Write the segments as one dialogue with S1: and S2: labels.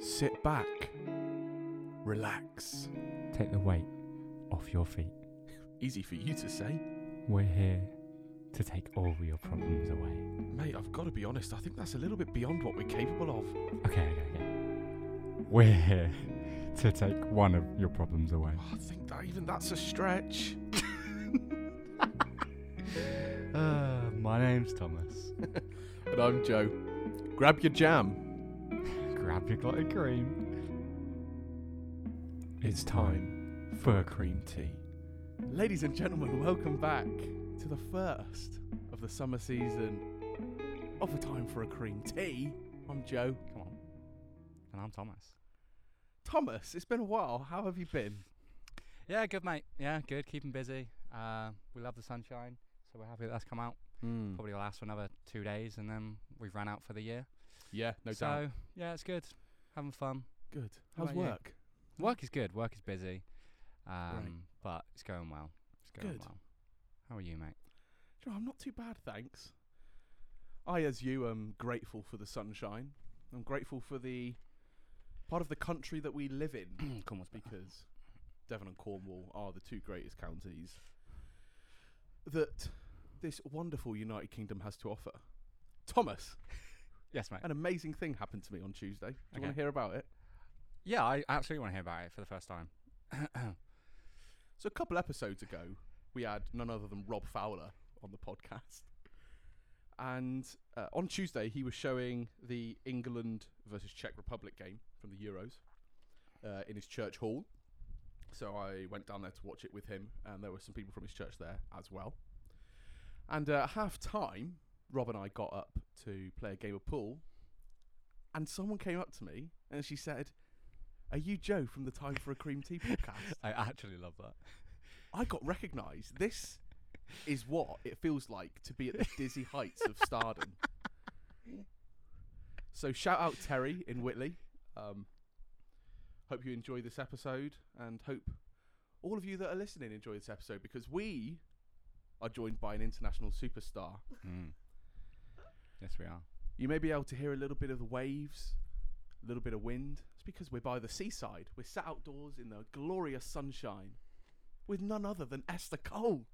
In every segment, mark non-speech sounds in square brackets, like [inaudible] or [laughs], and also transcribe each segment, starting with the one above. S1: Sit back, relax.
S2: Take the weight off your feet.
S1: Easy for you to say.
S2: We're here to take all your problems away.
S1: Mate, I've got to be honest, I think that's a little bit beyond what we're capable of.
S2: Okay, okay, okay. We're here to take one of your problems away.
S1: I think that even that's a stretch.
S2: Uh, my name's Thomas.
S1: And I'm Joe. Grab your jam.
S2: Grab your clot of cream.
S1: It's time for a cream tea. Ladies and gentlemen, welcome back to the first of the summer season of a time for a cream tea. I'm Joe.
S2: Come on. And I'm Thomas.
S1: Thomas, it's been a while. How have you been?
S2: Yeah, good mate. Yeah, good. Keeping busy. Uh, we love the sunshine, so we're happy that that's come out.
S1: Hmm.
S2: Probably will last for another two days, and then we've ran out for the year.
S1: Yeah, no
S2: so yeah, it's good. Having fun.
S1: Good.
S2: How
S1: How's
S2: about you?
S1: work?
S2: Work is good. Work is busy, um, [laughs] but it's going well. It's going
S1: Good.
S2: well. How are you, mate?
S1: Do you know, I'm not too bad, thanks. I, as you, am grateful for the sunshine. I'm grateful for the part of the country that we live in.
S2: Cornwall's better.
S1: because Devon and Cornwall are the two greatest counties that this wonderful United Kingdom has to offer. Thomas,
S2: Yes, mate.
S1: an amazing thing happened to me on Tuesday. Do you want
S2: Okay.
S1: to hear about it?
S2: Yeah, I absolutely want to hear about it for the first time.
S1: So, a couple episodes ago, we had none other than Rob Fowler on the podcast. And uh, on Tuesday, he was showing the England versus Czech Republic game from the Euros uh, in his church hall. So I went down there to watch it with him, and there were some people from his church there as well. And uh, at half time, Rob and I got up to play a game of pool, and someone came up to me and she said, Are you Joe from the Time for a Cream Tea podcast?
S2: I actually love that.
S1: I got recognised. This is what it feels like to be at the dizzy heights of stardom. So shout out Terry in Whitley. Um, hope you enjoy this episode, and hope all of you that are listening enjoy this episode because we are joined by an international superstar.
S2: Mm. Yes, we are.
S1: You may be able to hear a little bit of the waves, a little bit of wind. It's because we're by the seaside. We're sat outdoors in the glorious sunshine with none other than Esther Cole.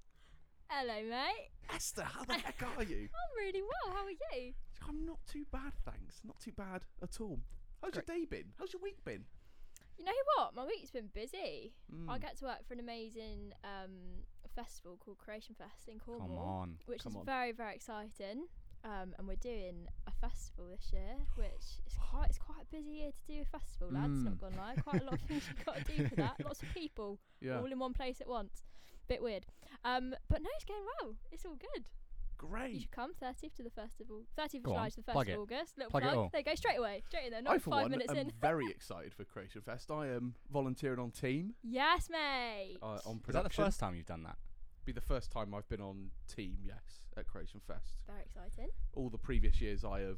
S3: Hello, mate.
S1: Esther, how the heck are you?
S3: I'm really well. How are you?
S1: I'm not too bad, thanks. Not too bad at all. How's your day been? How's your week been?
S3: You know what? My week's been busy. I
S1: Mm.
S3: get to work for an amazing um, festival called Creation Fest in Cornwall,
S2: Come on.
S3: which
S1: come
S3: is
S1: on.
S3: very, very exciting. Um, and we're doing a festival this year, which is quite it's quite a busy year to do a festival, lads.
S2: Mm.
S1: Hmm.
S3: Not gonna lie, quite a lot of things you've got to do for that.
S1: [laughs]
S3: Lots of people,
S1: Yeah.
S3: all in one place at once. Bit weird, um, but no, it's going well. It's all good. You
S1: Great.
S3: should come 30th to the festival. 30th of
S2: Go
S3: July
S2: on,
S3: to the 1st
S2: plug
S3: of
S2: it.
S3: August. Little
S2: Plug it
S3: plug.
S2: all.
S3: There you go. Straight away. Straight in there. Not
S1: I, for
S3: five
S1: one, um,
S3: minutes
S1: am
S3: in.
S1: very excited for Creation Fest. I am volunteering on team
S3: Yes, mate.
S1: uh, on
S2: Is that
S1: production.
S2: the first time you've done that?
S1: Be the first time I've been on team. Yes, at Creation Fest.
S3: Very exciting.
S1: All the previous years I have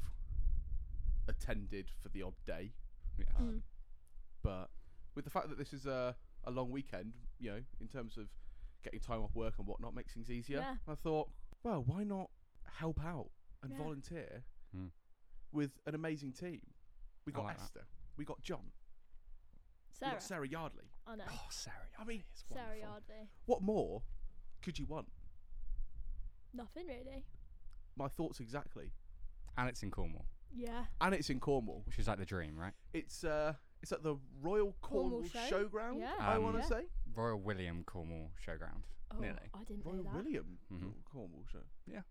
S1: attended for the odd day,
S2: Yeah.
S1: um,
S3: Mm.
S1: but with the fact that this is a a long weekend, you know, in terms of getting time off work and whatnot, makes things easier.
S3: Yeah.
S1: I thought, well, why not help out and
S3: Yeah.
S1: volunteer
S2: Mm.
S1: with an amazing team? We
S2: I
S1: got
S2: like that.
S1: Esther, we got John,
S3: Sarah.
S1: we got Sarah Yardley.
S3: I know.
S2: Oh, Sarah.
S1: I mean,
S2: it's
S3: Sarah
S2: wonderful.
S3: Yardley.
S1: what more could you want?
S3: Nothing really.
S1: My thoughts exactly.
S2: And it's in Cornwall,
S3: Yeah.
S1: And it's in Cornwall.
S2: which is like the dream, right?
S1: It's uh, it's at the Royal Cornwall,
S3: Cornwall Show?
S1: Showground.
S3: Yeah.
S1: I
S2: Um,
S1: want to
S3: Yeah.
S1: say
S2: Royal William Cornwall Showground.
S3: Oh,
S2: Nearly.
S3: I didn't
S1: Royal
S3: know [laughs] that.
S1: William
S2: Mhm.
S1: Royal Cornwall Show.
S2: Yeah.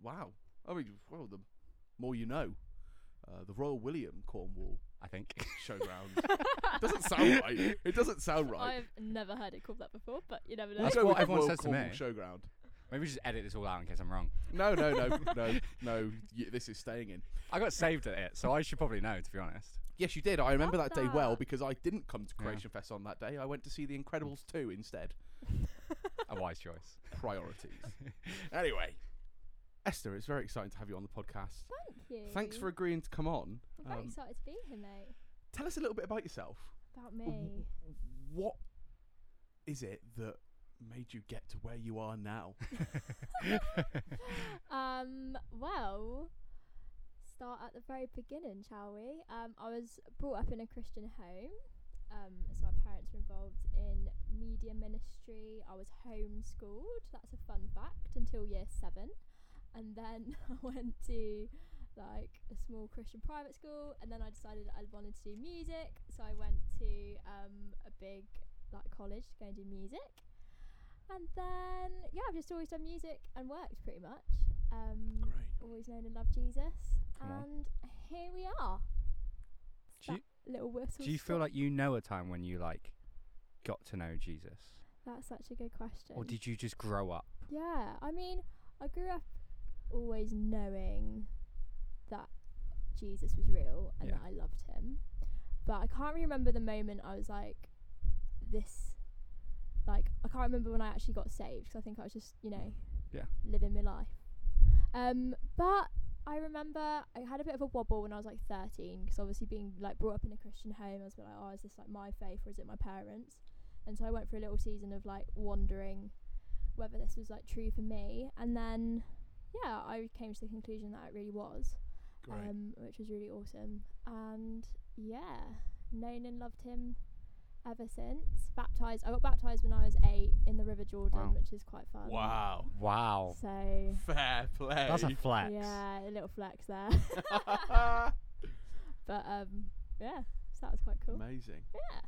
S1: Wow. I mean, well, the more you know. Uh, the Royal William Cornwall
S2: I think. [laughs]
S3: [laughs]
S1: Showground. doesn't sound right. It doesn't sound right.
S3: I've never heard it called that before, but you never
S1: We'll
S3: know.
S2: That's
S1: go
S2: what
S1: with the
S2: everyone
S1: Royal
S2: says to
S1: Cornwall
S2: me.
S1: Showground.
S2: Maybe we just edit this all out in case I'm wrong.
S1: No, no, no, no, no. Y- this is staying in.
S2: I got saved at it, so I should probably know, to be honest.
S1: Yes, you did. I remember
S3: Love
S1: that day well
S3: that.
S1: because I didn't come to
S2: Yeah.
S1: Creation Fest on that day. I went to see The Incredibles 2 instead. [laughs] Oh,
S2: A wise choice. [laughs]
S1: Priorities.
S3: [laughs]
S1: anyway, Esther, it's very exciting to have you on the podcast.
S3: Thank you.
S1: Thanks for agreeing to come on.
S3: I'm very
S1: Um,
S3: excited to be here, mate.
S1: tell us a little bit about yourself.
S3: About
S1: W-
S3: me.
S1: What is it that made you get to where you are [laughs] now?
S3: [laughs] Um. Well, start at the very beginning, shall we? Um, I was brought up in a Christian home. Um, so my parents were involved in media ministry. I was homeschooled. That's a fun fact until year seven, and then I [laughs] went to like a small Christian private school, and then I decided I wanted to do music. So I went to um, a big like college to go and do music, and then yeah, I've just always done music and worked pretty much. Um,
S1: Great.
S3: Always known and loved Jesus,
S2: Come on.
S3: and here we are. It's
S2: Do you-
S3: that little whistle.
S2: Do you feel
S3: stop.
S2: like you know a time when you like got to know Jesus,
S3: That's such a good question.
S2: or did you just grow up?
S3: yeah, I mean, I grew up always knowing that Jesus was real and
S2: Yeah.
S3: that I loved him. But I can't really remember the moment I was like, this. Like, I can't remember when I actually got saved because I think I was just, you know,
S2: Yeah.
S3: living my life. Um, but I remember I had a bit of a wobble when I was like 13 because obviously being like brought up in a Christian home, I was a bit like, oh, is this like my faith or is it my parents? And so I went for a little season of like wondering whether this was like true for me. And then, yeah, I came to the conclusion that it really was,
S1: Great.
S3: um, which was really awesome. And yeah, known and loved him ever since. Baptized, I got baptized when I was eight in the River Jordan,
S2: Wow.
S3: which is quite fun.
S1: wow.
S2: Wow,
S3: So
S1: Fair play.
S2: that's a [laughs] flex.
S3: yeah, a little flex
S1: [laughs]
S3: there. [laughs] but um, yeah, so that was quite cool.
S1: Amazing.
S3: Yeah,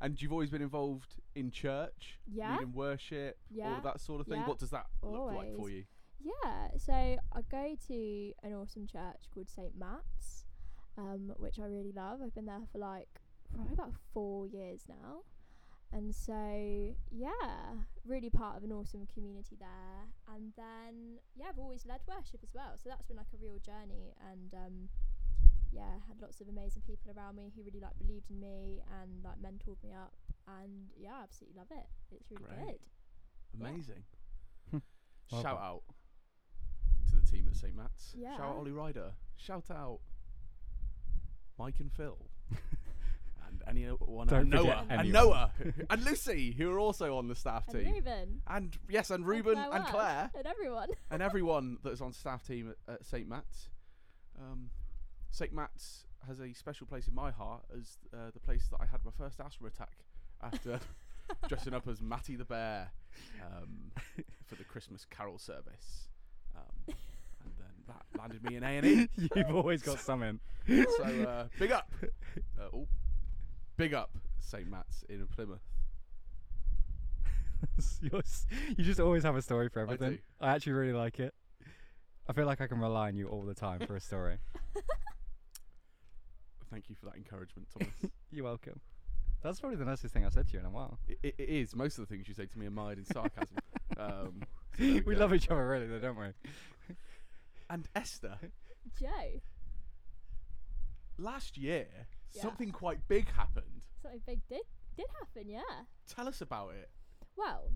S1: And you've always been involved in church,
S3: yeah,
S1: leading worship, all
S3: Yeah.
S1: of that sort of thing.
S3: Yeah.
S1: What does that look like for
S3: Always.
S1: you?
S3: yeah. So I go to an awesome church called St Matt's, um, which I really love. I've been there for like probably about four years now, and so yeah, really part of an awesome community there. And then yeah, I've always led worship as well, so that's been like a real journey. And um, yeah, had lots of amazing people around me who really like believed in me and like mentored me up. And yeah, I absolutely love it. It's really
S1: Great.
S3: good. Yeah.
S1: [laughs] Amazing.
S2: Hmm. Well
S1: Shout
S2: done.
S1: out to the team at St. Matt's. Shout
S3: Yeah.
S1: out Ollie Ryder. Shout out Mike and
S2: [laughs]
S1: Phil. and anyone
S2: Don't
S1: and
S2: forget
S1: Noah and
S2: anyone.
S1: Noah [laughs] and Lucy, who are also on the staff
S3: And
S1: team.
S3: Reuben.
S1: And yes, and Ruben
S3: Claire
S1: and
S3: Welsh,
S1: Claire
S3: and everyone.
S1: and everyone that is on staff team at, at St. Matt's. Um, St. Matt's has a special place in my heart as uh, the place that I had my first asthma attack
S2: [laughs]
S1: after dressing up as Matty the Bear um, for the Christmas Carol service. Um, and then that landed me in A&E.
S2: [laughs] You've always got something. [laughs]
S1: So uh, big up. Uh, oh, big up St. Matt's in Plymouth.
S2: You're s- you just always have a story for
S1: do.
S2: everything. I, actually really like it. I feel like I can rely on you all the time for a
S3: [laughs]
S2: story.
S1: Thank you for that encouragement,
S2: [laughs]
S1: Thomas.
S2: You're welcome. That's probably the nicest thing I said to you in a while.
S1: it, it, it is. Most of the things you say to me are mired in
S2: [laughs]
S1: sarcasm. um, so there
S2: we
S1: go.
S2: love each other really, though, don't we?
S1: And Esther,
S3: [laughs] Joe.
S1: last year,
S3: Yeah.
S1: something quite big happened.
S3: Something big did did happen, yeah.
S1: Tell us about it.
S3: Well,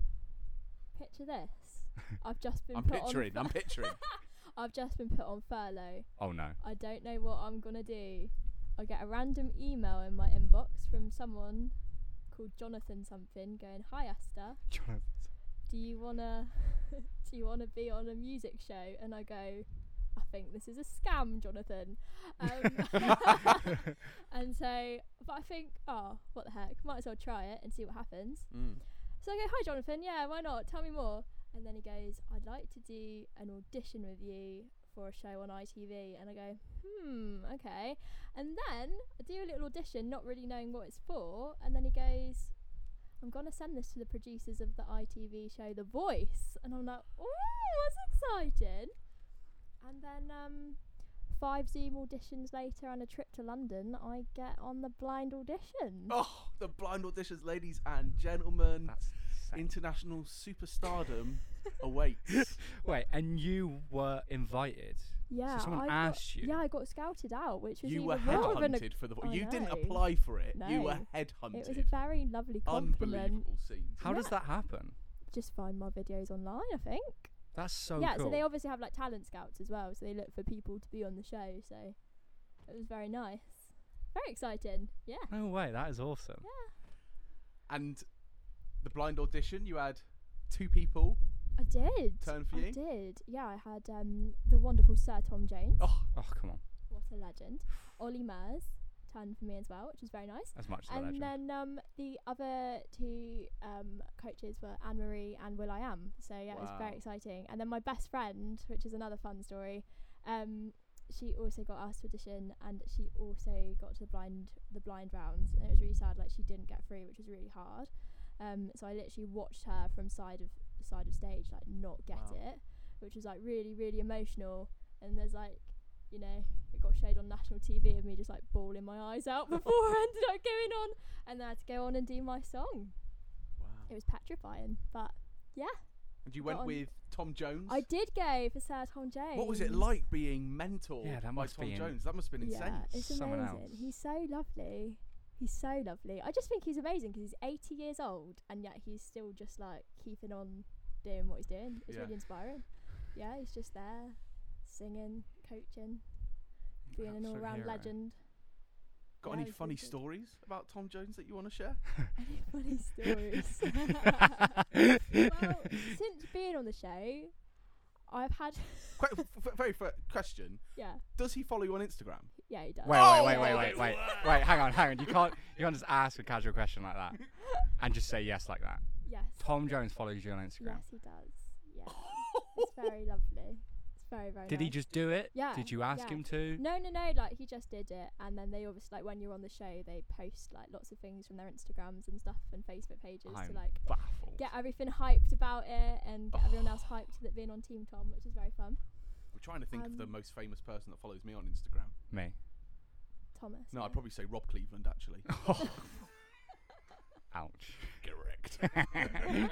S1: [laughs]
S3: picture this. I've just been
S1: I'm
S3: put
S1: picturing,
S3: on
S1: I'm
S3: [laughs]
S1: picturing.
S3: I've just been put on furlough.
S2: Oh no.
S3: I don't know what I'm gonna do. I get a random email in my inbox from someone called Jonathan something going, Hi Esther,
S2: Jonathan.
S3: do you wanna [laughs] do you wanna be on a music show? And I go, I think this is a scam, Jonathan. Um, [laughs] and so but I think, oh, what the heck, might as well try it and see what happens.
S1: Mm.
S3: So I go, hi Jonathan, yeah, why not? Tell me more. And then he goes, I'd like to do an audition with you for a show on ITV. And I go, hmm, okay. And then I do a little audition, not really knowing what it's for. And then he goes, I'm going to send this to the producers of the ITV show The Voice. And I'm like, oh, that's exciting. And then um, five Zoom auditions later and a trip to London, I get on the blind audition.
S1: Oh, the blind auditions, ladies and gentlemen.
S2: That's insane.
S1: International superstardom
S2: Oh.
S1: awaits.
S2: Wait, and you were invited.
S3: [laughs] Yeah,
S2: so someone
S3: I got-
S2: asked you.
S3: Yeah, I got scouted out, which was
S1: you
S3: even
S1: were
S3: more of an- Oh,
S1: headhunted for the. vo-
S3: I
S1: You didn't
S3: know.
S1: apply for it. You were
S3: No. It was a
S1: headhunted.
S3: very lovely compliment.
S1: Unbelievable scenes.
S2: How does
S3: Yeah.
S2: that happen?
S3: Just find my videos online, I think.
S2: That's
S1: Oh,
S2: so
S3: yeah,
S2: cool.
S3: so they obviously have like talent scouts as well, so they look for people to be on the show. So it was very nice, very exciting. Yeah,
S2: no way, that is awesome.
S1: And the blind audition, you had two people
S3: I did.
S1: turn for
S3: I
S1: you.
S3: did. Yeah, I had um, the wonderful Sir Tom Jones.
S1: Oh,
S2: Oh, come on.
S3: what a legend. Ollie Mers turned for me as well, which was very nice.
S2: As much as a
S3: And
S2: legend.
S3: then um, the other two um, coaches were Anne Marie and Will I Am. So yeah, it was
S1: Wow.
S3: very exciting. And then my best friend, which is another fun story, um, she also got asked to audition, and she also got to the blind the blind rounds. And it was really sad, like she didn't get through, which was really hard. Um, so I literally watched her from side of side of stage, like not get
S1: Wow.
S3: it, which was like really really emotional. And there's like you know, it got showed on national TV of me just like bawling my eyes out [laughs] before I ended up going on. And then I had to go on and do my song. It
S1: Wow.
S3: was petrifying, but
S1: And you
S3: got
S1: went
S3: on-
S1: with Tom Jones.
S3: I did go for Sir Tom Jones.
S1: What was it like being mentored
S2: Yeah, that
S1: by
S2: must
S1: Tom
S2: be in-
S1: Jones? That must have been insane.
S3: Yeah, it's
S2: Someone
S3: amazing.
S2: else.
S3: He's so lovely. He's so lovely. I just think he's amazing because he's 80 years old and yet he's still just like keeping on doing what he's doing. It's
S1: Yeah.
S3: really inspiring. Yeah, he's just there singing, coaching, being an
S2: Absolute
S3: all round
S2: hero.
S3: legend. [laughs]
S1: Got
S3: Yeah,
S1: any
S3: he's really
S1: funny
S3: good.
S1: stories about Tom Jones that you want to share?
S3: Any
S2: [laughs]
S3: funny [laughs] stories? well, since being on the show, I've had [laughs]
S1: Qu- f- f- very first question:
S3: yeah,
S1: Does he follow you on Instagram?
S3: [laughs] yeah, he does.
S2: Wait,
S1: Oh,
S2: wait, wait,
S1: oh,
S2: wait, wait,
S1: it's
S2: wait,
S1: worse.
S2: wait. Hang on, hang on. You can't, you can't just ask a casual question like
S3: [laughs]
S2: that and just say yes like that.
S3: Yes,
S2: Tom Jones follows you on Instagram.
S3: yes, he does. Yeah, it's very lovely. It's very very.
S2: Did he
S3: nice.
S2: just do it?
S3: Yeah,
S2: Did you ask
S3: yeah.
S2: him to?
S3: No, no, no. Like he just did it, and then they obviously like when you're on the show, they post like lots of things from their Instagrams and stuff and Facebook pages
S2: I'm
S3: to like
S2: baffled.
S3: get everything hyped about it and get everyone else hyped that being on Team Tom, which is very fun.
S1: We're trying to think of the
S3: Um,
S1: most famous person that follows me on Instagram.
S2: Me.
S3: Thomas.
S1: No,
S3: yeah.
S1: I'd probably say Rob Cleveland
S3: [laughs]
S1: actually. [laughs] Oh,
S2: Ouch.
S1: Correct.
S3: um,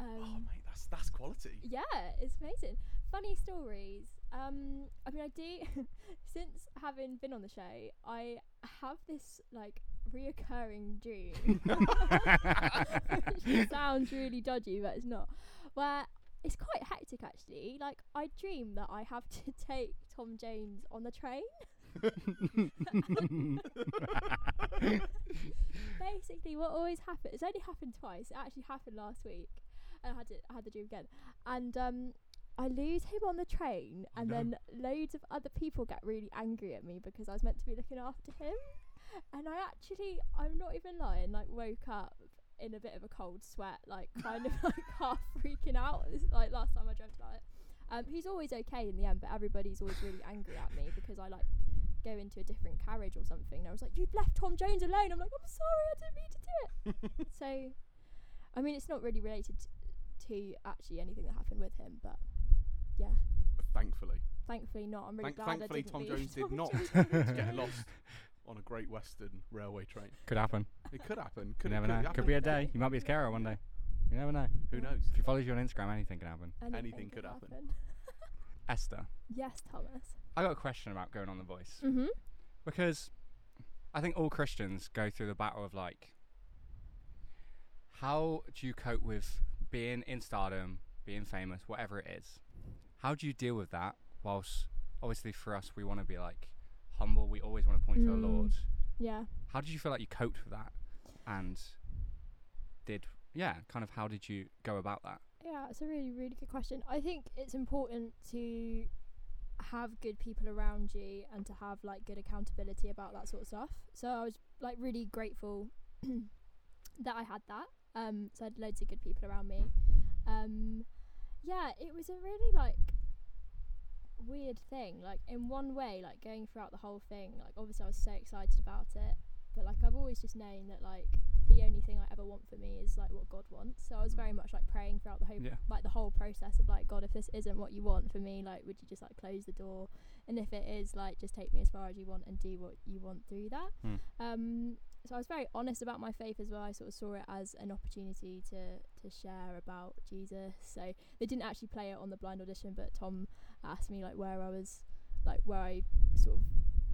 S1: oh mate, that's that's quality.
S3: Yeah, it's amazing. Funny stories. Um, I mean, I do. [laughs] since having been on the show, I have this like reoccurring dream. [laughs] Which sounds really dodgy, but it's not. Where it's quite hectic actually. Like I dream that I have to [laughs] take Tom Jones on the train. basically what always happens it's only happened twice it actually happened last week and i had it i had the dream again and um i lose him on the train and
S1: No.
S3: then loads of other people get really angry at me because i was meant to be looking after him and i actually i'm not even lying like woke up in a bit of a cold sweat like kind of [laughs] like half freaking out This is, like last time i dreamt about it um he's always okay in the end but everybody's always really angry at me because i like go into a different carriage or something. And I was like, you've left Tom Jones alone. I'm like, I'm sorry, I didn't mean to do
S1: [laughs]
S3: it. so, I mean, it's not really related t- to actually anything that happened with him, but yeah,
S1: Thankfully,
S3: thankfully not. I'm really
S1: Thank-
S3: glad.
S1: thankfully
S3: I didn't
S1: Tom
S3: leave [laughs]
S1: Jones did
S3: Tom
S1: not
S3: Jones on the
S1: [laughs] get
S3: [laughs] train.
S1: lost on a Great Western Railway train.
S2: Could happen.
S1: It could happen.
S2: You
S1: Could
S2: never
S1: it,
S2: know.
S1: could
S2: Could be a day. You might be his carer one day. You never know.
S1: Who knows?
S3: Uh,
S2: If he follows you on Instagram, anything can happen.
S1: Anything could happen.
S2: Esther,
S3: Yes, Thomas.
S2: I got a question about going on The Voice
S3: Mm-hmm.
S2: because I think all Christians go through the battle of like, how do you cope with being in stardom, being famous, whatever it is? How do you deal with that? Whilst obviously for us, we want to be like humble. We always want to point to the
S3: Mm.
S2: Lord.
S3: Yeah.
S2: How did you feel like you coped with that? And did yeah, kind of how did you go about that?
S3: Yeah, it's a really, really good question. I think it's important to have good people around you and to have like good accountability about that sort of stuff. So I was like really grateful [coughs] that I had that. Um, so I had loads of good people around me. Um, yeah, it was a really like weird thing. Like in one way, like going throughout the whole thing, like obviously I was so excited about it, but like I've always just known that like the only thing I ever want for me is like what God wants. So I was very much like praying throughout the whole
S2: Mm. Yeah.
S3: like the whole process of like God, if this isn't what you want for me, like would you just like close the door? And if it is, like just take me as far as you want and do what you want through that.
S2: Hmm.
S3: Um, so I was very honest about my faith as well. I sort of saw it as an opportunity to to share about Jesus. So they didn't actually play it on the blind audition, but Tom asked me like where I was, like where I sort of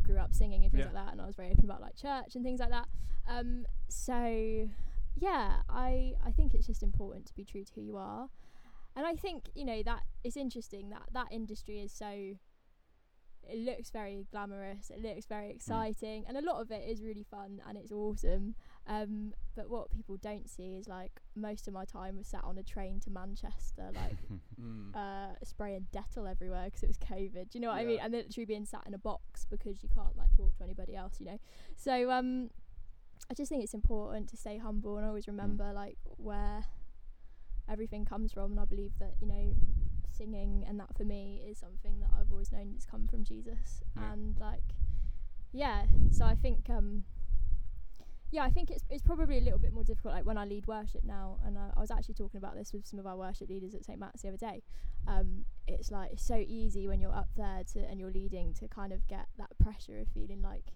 S3: grew up singing and things
S2: Yeah.
S3: like that, and I was very open about like church and things like that. Um, so yeah, I I think it's just important to be true to who you are, and I think you know that it's interesting that that industry is so. It looks very glamorous. It looks very exciting, and a lot of it is really fun and it's awesome. Um, but what people don't see is like most of my time was sat on a train to Manchester, like
S1: Mm.
S3: uh, spraying Dettol everywhere 'cause it was COVID. Do you know what I
S1: Yeah.
S3: mean? And then literally being sat in a box because you can't like talk to anybody else, you know. So um, I just think it's important to stay humble and
S1: Mm.
S3: always remember like where everything comes from. And I believe that you know singing and that for me is something that I've always known has come from Jesus.
S2: Yeah.
S3: And like yeah, so I think um. Yeah, I think it's it's probably a little bit more difficult. Like when I lead worship now, and I, I was actually talking about this with some of our worship leaders at St Matt's the other day um, it's like it's so easy when you're up there to and you're leading to kind of get that pressure of feeling like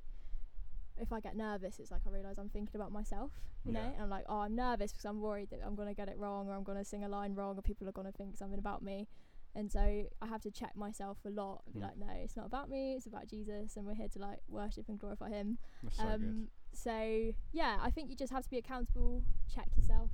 S3: if I get nervous, it's like I realise I'm thinking about myself, you know,
S1: Yeah.
S3: and I'm like, oh, I'm nervous because I'm worried that I'm gonna get it wrong or I'm gonna sing a line wrong or people are gonna think something about me, and so I have to check myself a lot and be
S2: Mm.
S3: like, no, it's not about me, it's about Jesus, and we're here to like worship and glorify Him.
S2: That's so good.
S3: Um, so yeah, I think you just have to be accountable, check yourself,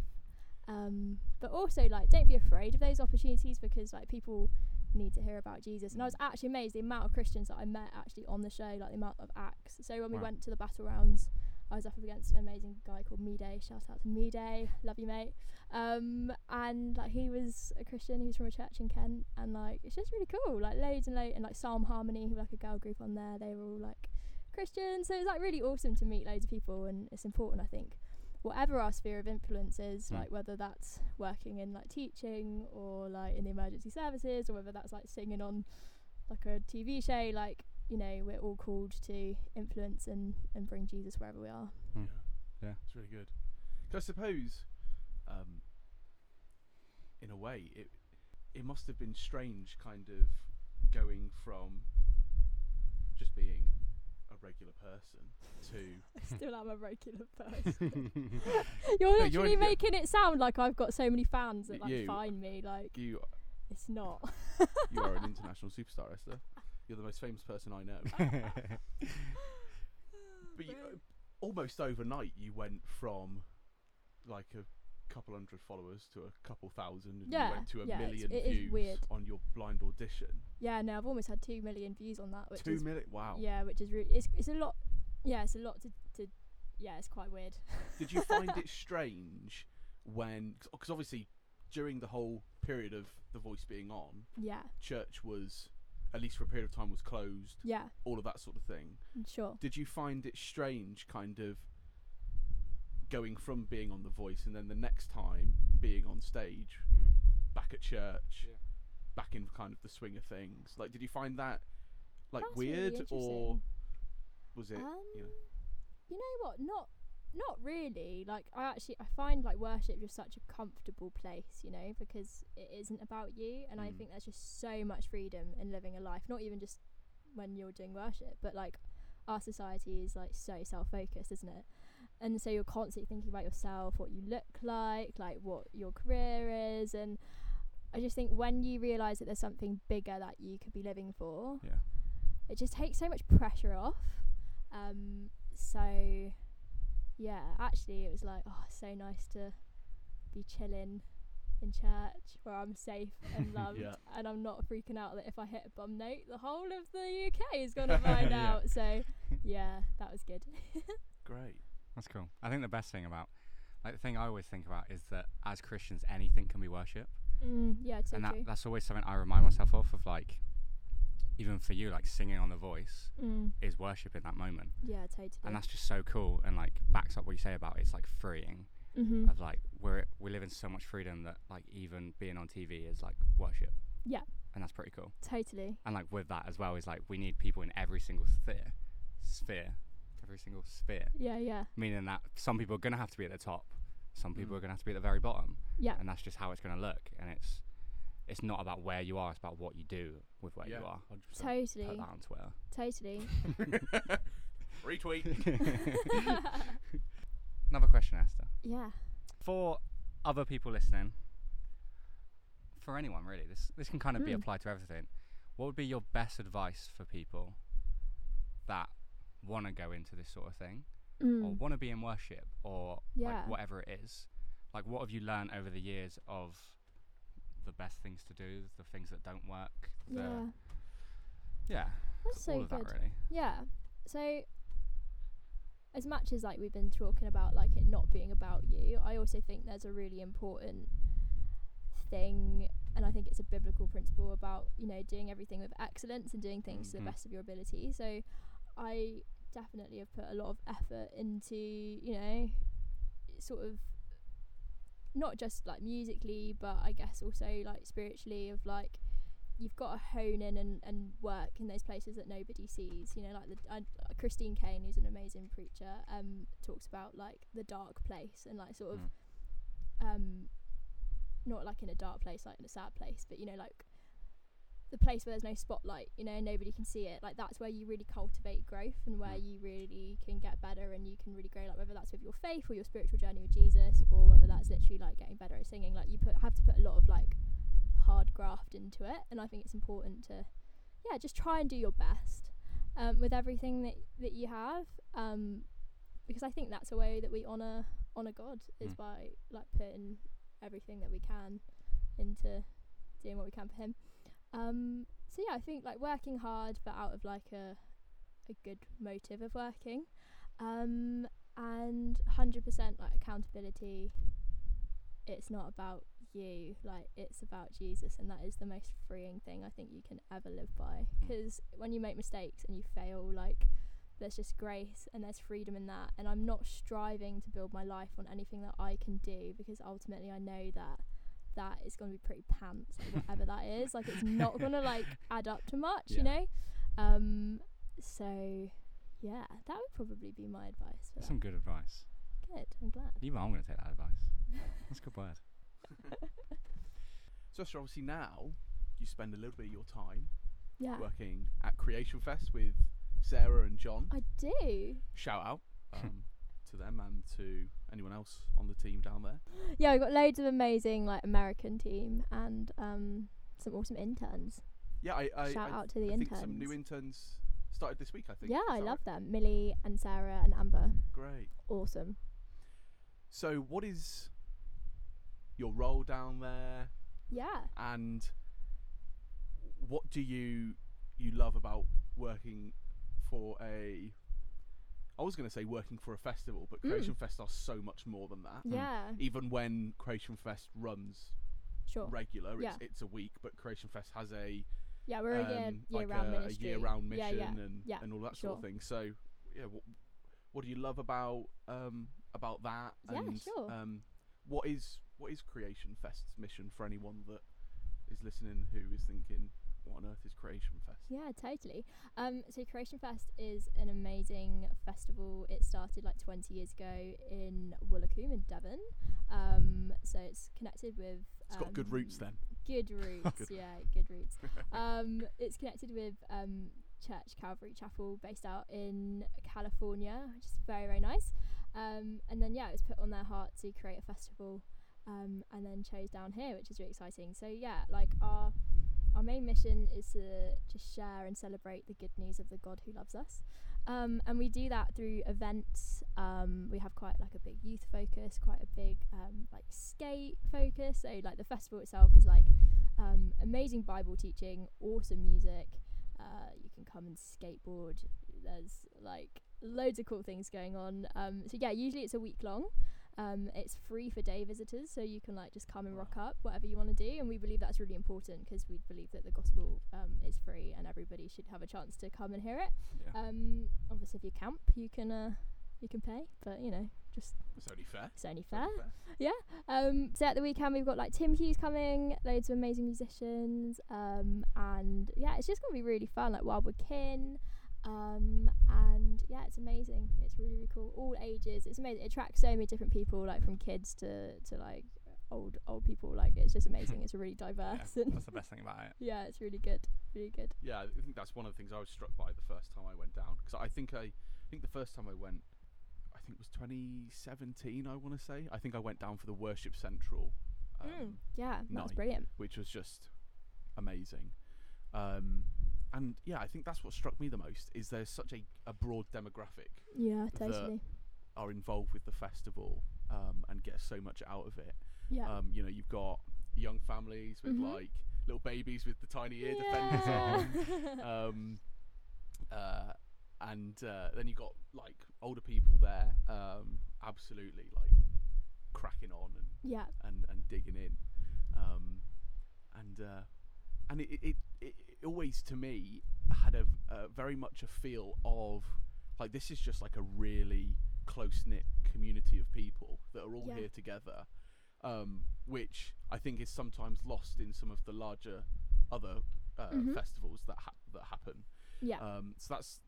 S3: um, but also like don't be afraid of those opportunities because like people need to hear about Jesus. And I
S2: Mm.
S3: was actually amazed the amount of Christians that I met actually on the show, like the amount of acts. So when we
S2: Wow.
S3: went to the battle rounds, I was up against an amazing guy called Mide. Shout out to Mide, love you mate. Um, and like he was a Christian, he was from a church in Kent, and like it's just really cool. Like loads and loads, and like Psalm Harmony, who were, like a girl group on there, they were all like Christian. So it was like really awesome to meet loads of people, and it's important, I think, whatever our sphere of influence is,
S1: Hmm.
S2: Mm.
S3: like whether that's working in like teaching or like in the emergency services, or whether that's like singing on like a TV show, like you know, we're all called to influence and and bring Jesus wherever we are.
S2: Mm.
S1: Yeah.
S2: Yeah.
S1: It's really good. 'Cause I suppose, um, in a way, it it must have been strange, kind of going from just being a regular person to
S3: I still am a regular person. [laughs] you're
S1: No,
S3: literally
S1: you're- yeah.
S3: making it sound like I've got so many fans that like
S1: You-
S3: find me. Like
S1: you.
S3: it's not.
S1: You are
S3: [laughs]
S1: an [laughs] international superstar, Esther. You're the most famous person I know.
S3: Oh,
S1: But you, uh, almost overnight, you went from like a couple hundred followers to a couple thousand, and
S3: Yeah,
S1: you went to a
S3: yeah, it's-
S1: million
S3: it is
S1: views
S3: weird.
S1: on your blind audition.
S3: yeah, no, I've almost had two million views on that, which
S1: Two
S3: is
S1: million. Wow.
S3: yeah, which is really it's it's a lot. Yeah, it's a lot to to. Yeah, it's quite weird.
S1: Did you find it strange when? Because obviously, during the whole period of The Voice being on,
S3: Yeah,
S1: church was, at least for a period of time, was closed.
S3: yeah,
S1: All of that sort of thing.
S3: sure.
S1: Did you find it strange, kind of going from being on The Voice and then the next time being on stage, back at church,
S2: Hmm. Yeah.
S1: back in kind of the swing of things? Like, did you find that like
S3: That's really
S1: weird, or
S3: interesting.
S1: was it?
S3: Um,
S1: you know.
S3: you know what? Not not really. Like I actually I find like worship just such a comfortable place, you know, because it isn't about you, and I
S1: Mm.
S3: think there's just so much freedom in living a life. Not even just when you're doing worship, but like our society is like so self-focused, isn't it? And so you're constantly thinking about yourself, what you look like, like what your career is, and I just think when you realise that there's something bigger that you could be living for,
S2: Yeah.
S3: it just takes so much pressure off. Um, so yeah, actually, it was like, oh, so nice to be chilling in church where
S2: [laughs]
S3: I'm safe and loved,
S1: Yeah.
S3: and I'm not freaking out that if I hit a bum note, the whole of the UK is
S2: [laughs]
S3: gonna find
S2: Yeah.
S3: out. So
S2: [laughs]
S3: yeah, that was good. [laughs]
S1: Great.
S2: That's cool. I think the best thing about, like, the thing I always think about is that as Christians, anything can be worship,
S3: Mm, yeah, it's so
S2: and that,
S3: true.
S2: that's always something I remind myself of. Of like, even for you, like singing on The Voice
S3: Mm,
S2: is worship in that moment,
S3: yeah, totally.
S2: and that's just so cool, and like backs up what you say about it's like freeing.
S3: mm-hmm.
S2: Of like, we're we live in so much freedom that like even being on TV is like worship.
S3: Yeah.
S2: And that's pretty cool.
S3: totally.
S2: And like with that as well is like we need people in every single sphere, sphere, every single sphere.
S3: Yeah, yeah,
S2: meaning that some people are going to have to be at the top, some people
S1: Mm.
S2: are going to have to be at the very bottom,
S3: yeah.
S2: and that's just how it's going to look. And it's it's not about where you are; it's about what you do with where
S1: yeah.
S2: you
S1: 100%.
S2: are. Put
S3: Totally,
S2: that on Twitter.
S3: totally.
S1: Retweet.
S3: [laughs]
S2: Another question, Esther.
S3: Yeah.
S2: For other people listening, for anyone really, this this can kind of be
S3: Mm.
S2: applied to everything. What would be your best advice for people that want to go into this sort of thing? or
S3: Mm.
S2: want to be in worship or
S3: Yeah.
S2: like whatever it is like what have you learned over the years of the best things to do the things that don't work the,
S3: Yeah.
S2: yeah
S3: That's so
S2: all of
S3: good.
S2: that really
S3: Yeah. So as much as like we've been talking about like it not being about you, I also think there's a really important thing and I think it's a biblical principle about, you know, doing everything with excellence and doing things to
S2: Mhm.
S3: the best of your ability. So I definitely have put a lot of effort into, you know, sort of not just like musically, but I guess also like spiritually of like you've got to hone in and, and work in those places that nobody sees. You know, like the I, Christine Kane, who's an amazing preacher, um, talks about like the dark place and like sort of
S2: Mm.
S3: um, not like in a dark place, like in a sad place, but you know, like the place where there's no spotlight, you know, nobody can see it. Like that's where you really cultivate growth and where
S2: Mm.
S3: you really can get better and you can really grow. Like whether that's with your faith or your spiritual journey with Jesus, or whether that's literally like getting better at singing. Like you put have to put a lot of like hard graft into it, and I think it's important to yeah, just try and do your best um, with everything that that you have, um, because I think that's a way that we honor honor God is
S2: Mm.
S3: by like putting everything that we can into doing what we can for Him. Um, so yeah, I think like working hard, but out of like a a good motive of working, um, and hundred percent like accountability. It's not about you, like it's about Jesus, and that is the most freeing thing I think you can ever live by.
S2: Mm.
S3: Because when you make mistakes and you fail, like there's just grace and there's freedom in that. And I'm not striving to build my life on anything that I can do because ultimately I know that that is going to be pretty pants, like,
S2: [laughs]
S3: whatever that is. Like it's not going to like add up to much,
S2: Yeah.
S3: you know. Um, so yeah, that would probably be my advice. For
S2: That's
S3: that.
S2: some good advice.
S3: Good, I'm glad. [laughs]
S2: Even I'm going to take that advice. That's good word.
S1: So, Esther, obviously now you spend a little bit of your time
S3: Yeah,
S1: working at Creation Fest with Sarah and John.
S3: I do.
S1: Shout
S3: [laughs]
S1: out um, to them and to anyone else on the team down there.
S3: Yeah, we've got loads of amazing like American team and um some awesome interns.
S1: Yeah, I, I,
S3: Shout
S1: I,
S3: out to the
S1: I think
S3: interns.
S1: some new interns started this week. I think.
S3: yeah,
S1: Is
S3: I
S1: that
S3: love them. Millie and Sarah and Amber.
S1: right? Great.
S3: Awesome.
S1: So, what is your role down there,
S3: Yeah.
S1: and what do you you love about working for a? I was going to say working for a festival, but
S3: Mm.
S1: Creation Fest are so much more than that.
S3: Yeah.
S1: Even when Creation Fest runs
S3: Sure.
S1: regular, it's,
S3: Yeah.
S1: it's a week, but Creation Fest has a
S3: Yeah, we're a year
S1: um,
S3: year
S1: like
S3: round
S1: a,
S3: ministry.
S1: a year round
S3: Yeah,
S1: mission
S3: yeah.
S1: and
S3: yeah,
S1: and all that sort of
S3: sure.
S1: thing. So yeah, what what do you love about um about that?
S3: Yeah,
S1: and,
S3: sure.
S1: Um, what is what is Creation Fest's mission for anyone that is listening who is thinking, what on earth is Creation Fest?
S3: Yeah, totally. Um, so Creation Fest is an amazing festival. It started like 20 years ago in Woolacombe in Devon. Um, so it's connected with.
S1: It's got good roots
S3: um,
S1: then.
S3: Good roots,
S1: Good.
S3: yeah, good roots. Um, it's connected with um, Church Calvary Chapel, based out in California, which is very, very nice. Um, and then, yeah, it was put on their heart to create a festival um, and then chose down here, which is really exciting. So, yeah, like our our main mission is to just share and celebrate the good news of the God who loves us. Um, and we do that through events. Um, we have quite like a big youth focus, quite a big um, like skate focus. So like the festival itself is like um, amazing Bible teaching, awesome music. Uh, you can come and skateboard. There's like loads of cool things going on. Um, so yeah, usually it's a week long. Um, it's free for day visitors, so you can like just come and rock up whatever you want to do. And we believe that's really important because we believe that the gospel um, is free and everybody should have a chance to come and hear it.
S2: Yeah.
S3: Um, obviously, if you camp, you can uh, you can pay, but you know, just
S1: It's only fair.
S3: it's only
S1: It's
S3: fair.
S1: only fair.
S3: Um, so at the weekend we've got like Tim Hughes coming, loads of amazing musicians, um, and yeah, it's just gonna be really fun. Like while we're kin, um, and yeah, it's amazing. It's really really cool. All ages. It's amazing. It attracts so many different people, like from kids to to like old old people. Like it's just amazing. it's really diverse [laughs] and
S2: That's the best thing about it.
S3: yeah, it's really good. Really good.
S1: Yeah, I think that's one of the things I was struck by the first time I went down because I think I, I think the first time I went, I think it was 2017. I want to say I think I went down for the Worship Central. Um,
S3: Mm, yeah, that was
S1: night.
S3: brilliant.
S1: which was just amazing. Um, and yeah, I think that's what struck me the most is there's such a, a broad demographic
S3: Yeah,
S1: the-
S3: totally.
S1: are involved with the festival um, and get so much out of it.
S3: yeah.
S1: Um, you know, you've got young families with
S3: Mhm.
S1: like little babies with the tiny ear
S3: [laughs] Yeah.
S1: defenders on. Um, uh, and uh, then you got like older people there, um, absolutely like cracking on and
S3: Yeah.
S1: and, and digging in, um, and uh, and it, it, it, it always to me had a, a very much a feel of like this is just like a really close knit community of people that are all
S3: Yeah.
S1: here together, um, which I think is sometimes lost in some of the larger other uh,
S3: Mhm.
S1: festivals that ha- that happen.
S3: Yeah.
S1: Um, so that's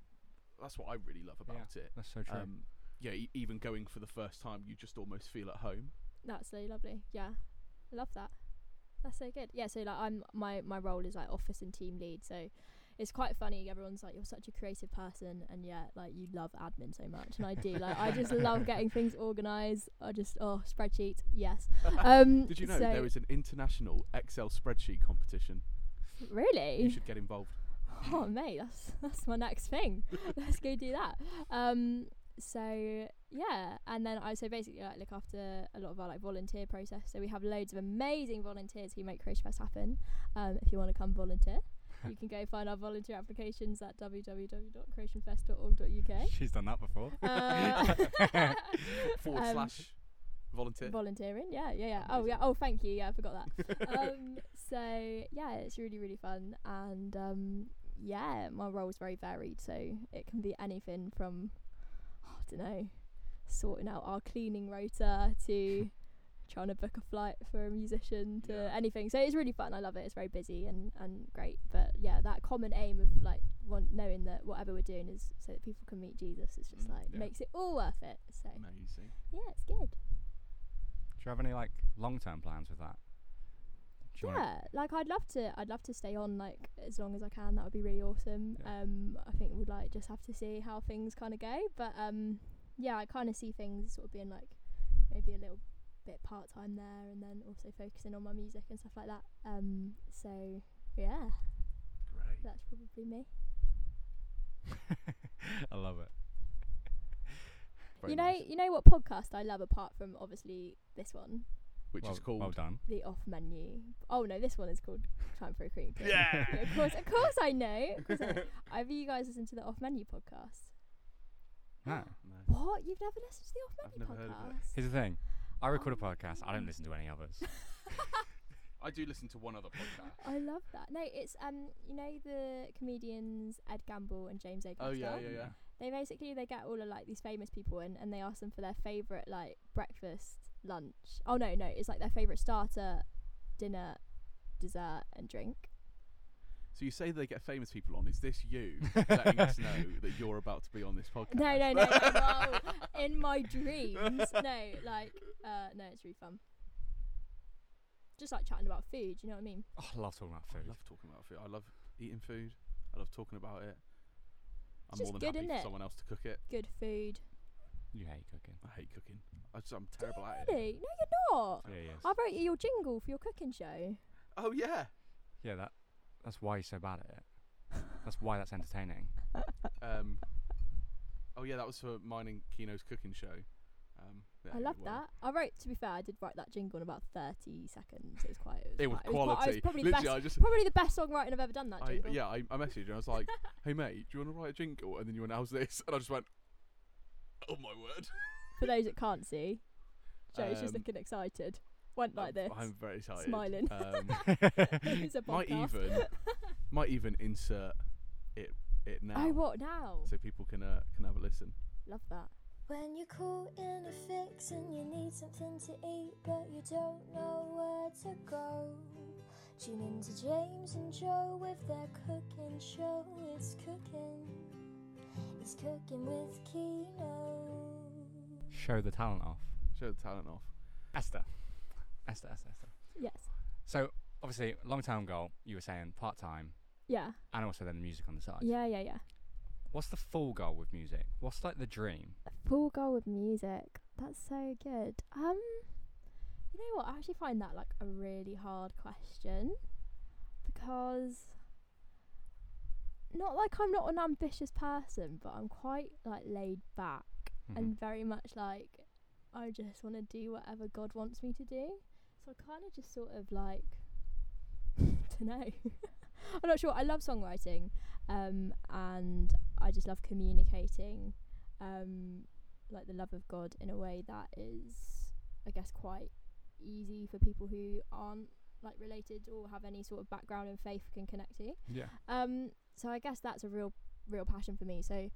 S1: that's what I really love about it.
S2: That's so true.
S1: Um, yeah, e- even going for the first time, you just almost feel at home.
S3: That's so lovely. Yeah, I love that. That's so good. Yeah, so like I'm my my role is like office and team lead, so it's quite funny. Everyone's like, you're such a creative person, and yeah, like you love admin so much, and I do. Like I
S1: [laughs]
S3: just love getting things organised. I just oh spreadsheet, yes. [laughs] Um,
S1: Did you know
S3: so-
S1: there is an international Excel spreadsheet competition? You
S3: really?
S1: should get involved.
S3: Oh mate, that's that's my next thing. Let's go do that. Um, so yeah, and then I so basically like look after a lot of our like volunteer process. So we have loads of amazing volunteers who make Croatia Fest happen. Um, if you want to come volunteer, you can go find our volunteer applications at www.croatianfest.org.uk.
S2: She's done that before.
S3: Uh,
S1: Forward
S3: [laughs] Um,
S1: slash volunteer.
S3: volunteering, yeah, yeah, yeah. Oh yeah.
S1: Amazing.
S3: Oh thank you. Yeah, I forgot that.
S1: [laughs]
S3: um, so yeah, it's really really fun, and um, yeah, my role is very varied, so it can be anything from oh, I don't know, sorting out our cleaning rota
S1: [laughs]
S3: to trying to book a flight for a musician to
S1: Yeah.
S3: anything. So it's really fun. I love it. It's very busy and and great, but yeah, that common aim of like want knowing that whatever we're doing is so that people can meet Jesus is just
S1: Mm,
S3: like
S2: yeah.
S3: makes it all worth it. So
S1: Amazing.
S3: yeah, it's good.
S2: Do you have any like long-term plans with that? Do you wanna-
S3: yeah like i'd love to i'd love to stay on like as long as i can that would be really awesome
S2: Yeah.
S3: um i think we'd like just have to see how things kind of go but um yeah i kind of see things sort of being like maybe a little bit part-time there and then also focusing on my music and stuff like that um so yeah
S1: Great.
S3: that's probably me
S2: I love it.
S1: Very
S3: you know
S1: nice.
S3: you know what podcast i love apart from obviously this one
S1: which
S2: well,
S1: is called.
S2: Well done.
S3: the off menu oh no this one is called time for a cream Tea.
S1: Yeah.
S3: [laughs] of course of course i know
S2: [laughs]
S3: of course I know. have you guys listened to the off menu podcast
S2: No.
S1: No.
S3: What? You've never listened to the Off
S1: I've
S3: Menu
S1: never heard of it.
S3: podcast? [laughs]
S2: Here's the thing. I record a
S3: Um,
S2: podcast. I don't listen to any others.
S1: I do listen to
S3: [laughs]
S1: one other podcast.
S3: I love that. No, it's um, you know the comedians Ed Gamble and James Acaster.
S1: oh yeah, yeah, yeah.
S3: They basically they get all of like these famous people in, and they ask them for their favorite like breakfast, lunch. Oh no, no, it's like their favorite starter, dinner, dessert, and drink.
S1: So you say they get famous people on. Is this you
S2: [laughs]
S1: letting us know that you're about to be on this podcast?
S3: No, no, no. no,
S1: [laughs]
S3: no. in my dreams, no, like uh, no, it's really fun. Just like chatting about food, you know what I mean?
S2: Oh, I love talking about
S1: I
S2: food.
S1: love talking about food. I love eating food. I love talking about it. I'm
S3: It's just
S1: more than
S3: good,
S1: happy
S3: innit?
S1: for someone else to cook it.
S3: Good food.
S2: You hate cooking.
S1: I hate cooking. I just, I'm terrible at it.
S3: Really? No, you're not.
S2: Yeah, yes.
S3: I wrote you your jingle for your cooking show.
S1: Oh yeah.
S2: Yeah, that. That's why you're so bad at it. That's why that's entertaining.
S1: Um, oh yeah, that was for mine and Kino's cooking show. Um, yeah,
S3: I
S1: it
S3: love
S1: was-
S3: that. I wrote, to be fair, I did write that jingle in about 30 seconds. It was quite.
S1: It
S3: It was,
S1: was
S3: quite-
S1: quality.
S3: It was, quite, it was probably, the
S1: Literally,
S3: best,
S1: I
S3: [laughs]
S1: just.
S3: probably the best songwriting I've ever done, that
S1: I,
S3: jingle.
S1: yeah, I, I messaged you and I was like, "Hey mate, do you want to write a jingle?" And then you went, "How's this?" And I just went, "Oh my word!"
S3: For
S1: [laughs]
S3: those that can't see, Joe's just
S1: Um,
S3: looking excited. Went like this.
S1: I'm very excited.
S3: smiling.
S1: Um,
S3: [laughs]
S1: [laughs]
S3: It's a
S1: might
S3: podcast.
S1: even
S3: [laughs]
S1: might even insert it it now,
S3: Oh, what now?
S1: so people can uh, can have a listen.
S3: Love that.
S4: When you're caught in a fix and you need something to eat, but you don't know where to go. Tune in to James and Joe with their cooking show. It's cooking, it's cooking with Keno.
S2: Show the talent off.
S1: Show the talent off.
S2: Esther. Esther, Esther, Esther.
S3: Yes.
S2: So, obviously, long term goal, you were saying part time
S3: Yeah.
S2: and also then the music on the side.
S3: Yeah, yeah, yeah.
S2: What's the full goal with music? What's like the dream?
S3: full goal with music. That's so good. Um, you know what? I actually find that like a really hard question because not like I'm not an ambitious person, but I'm quite like laid back
S2: Mhm.
S3: and very much like I just want to do whatever God [laughs] wants me to do. So I kind of just sort of like don't know. [laughs] I'm not sure. I love songwriting, um, and I just love communicating, um, like the love of God in a way that is, I guess, quite easy for people who aren't like related or have any sort of background in faith can connect to.
S2: Yeah.
S3: Um, so I guess that's a real, real passion for me. So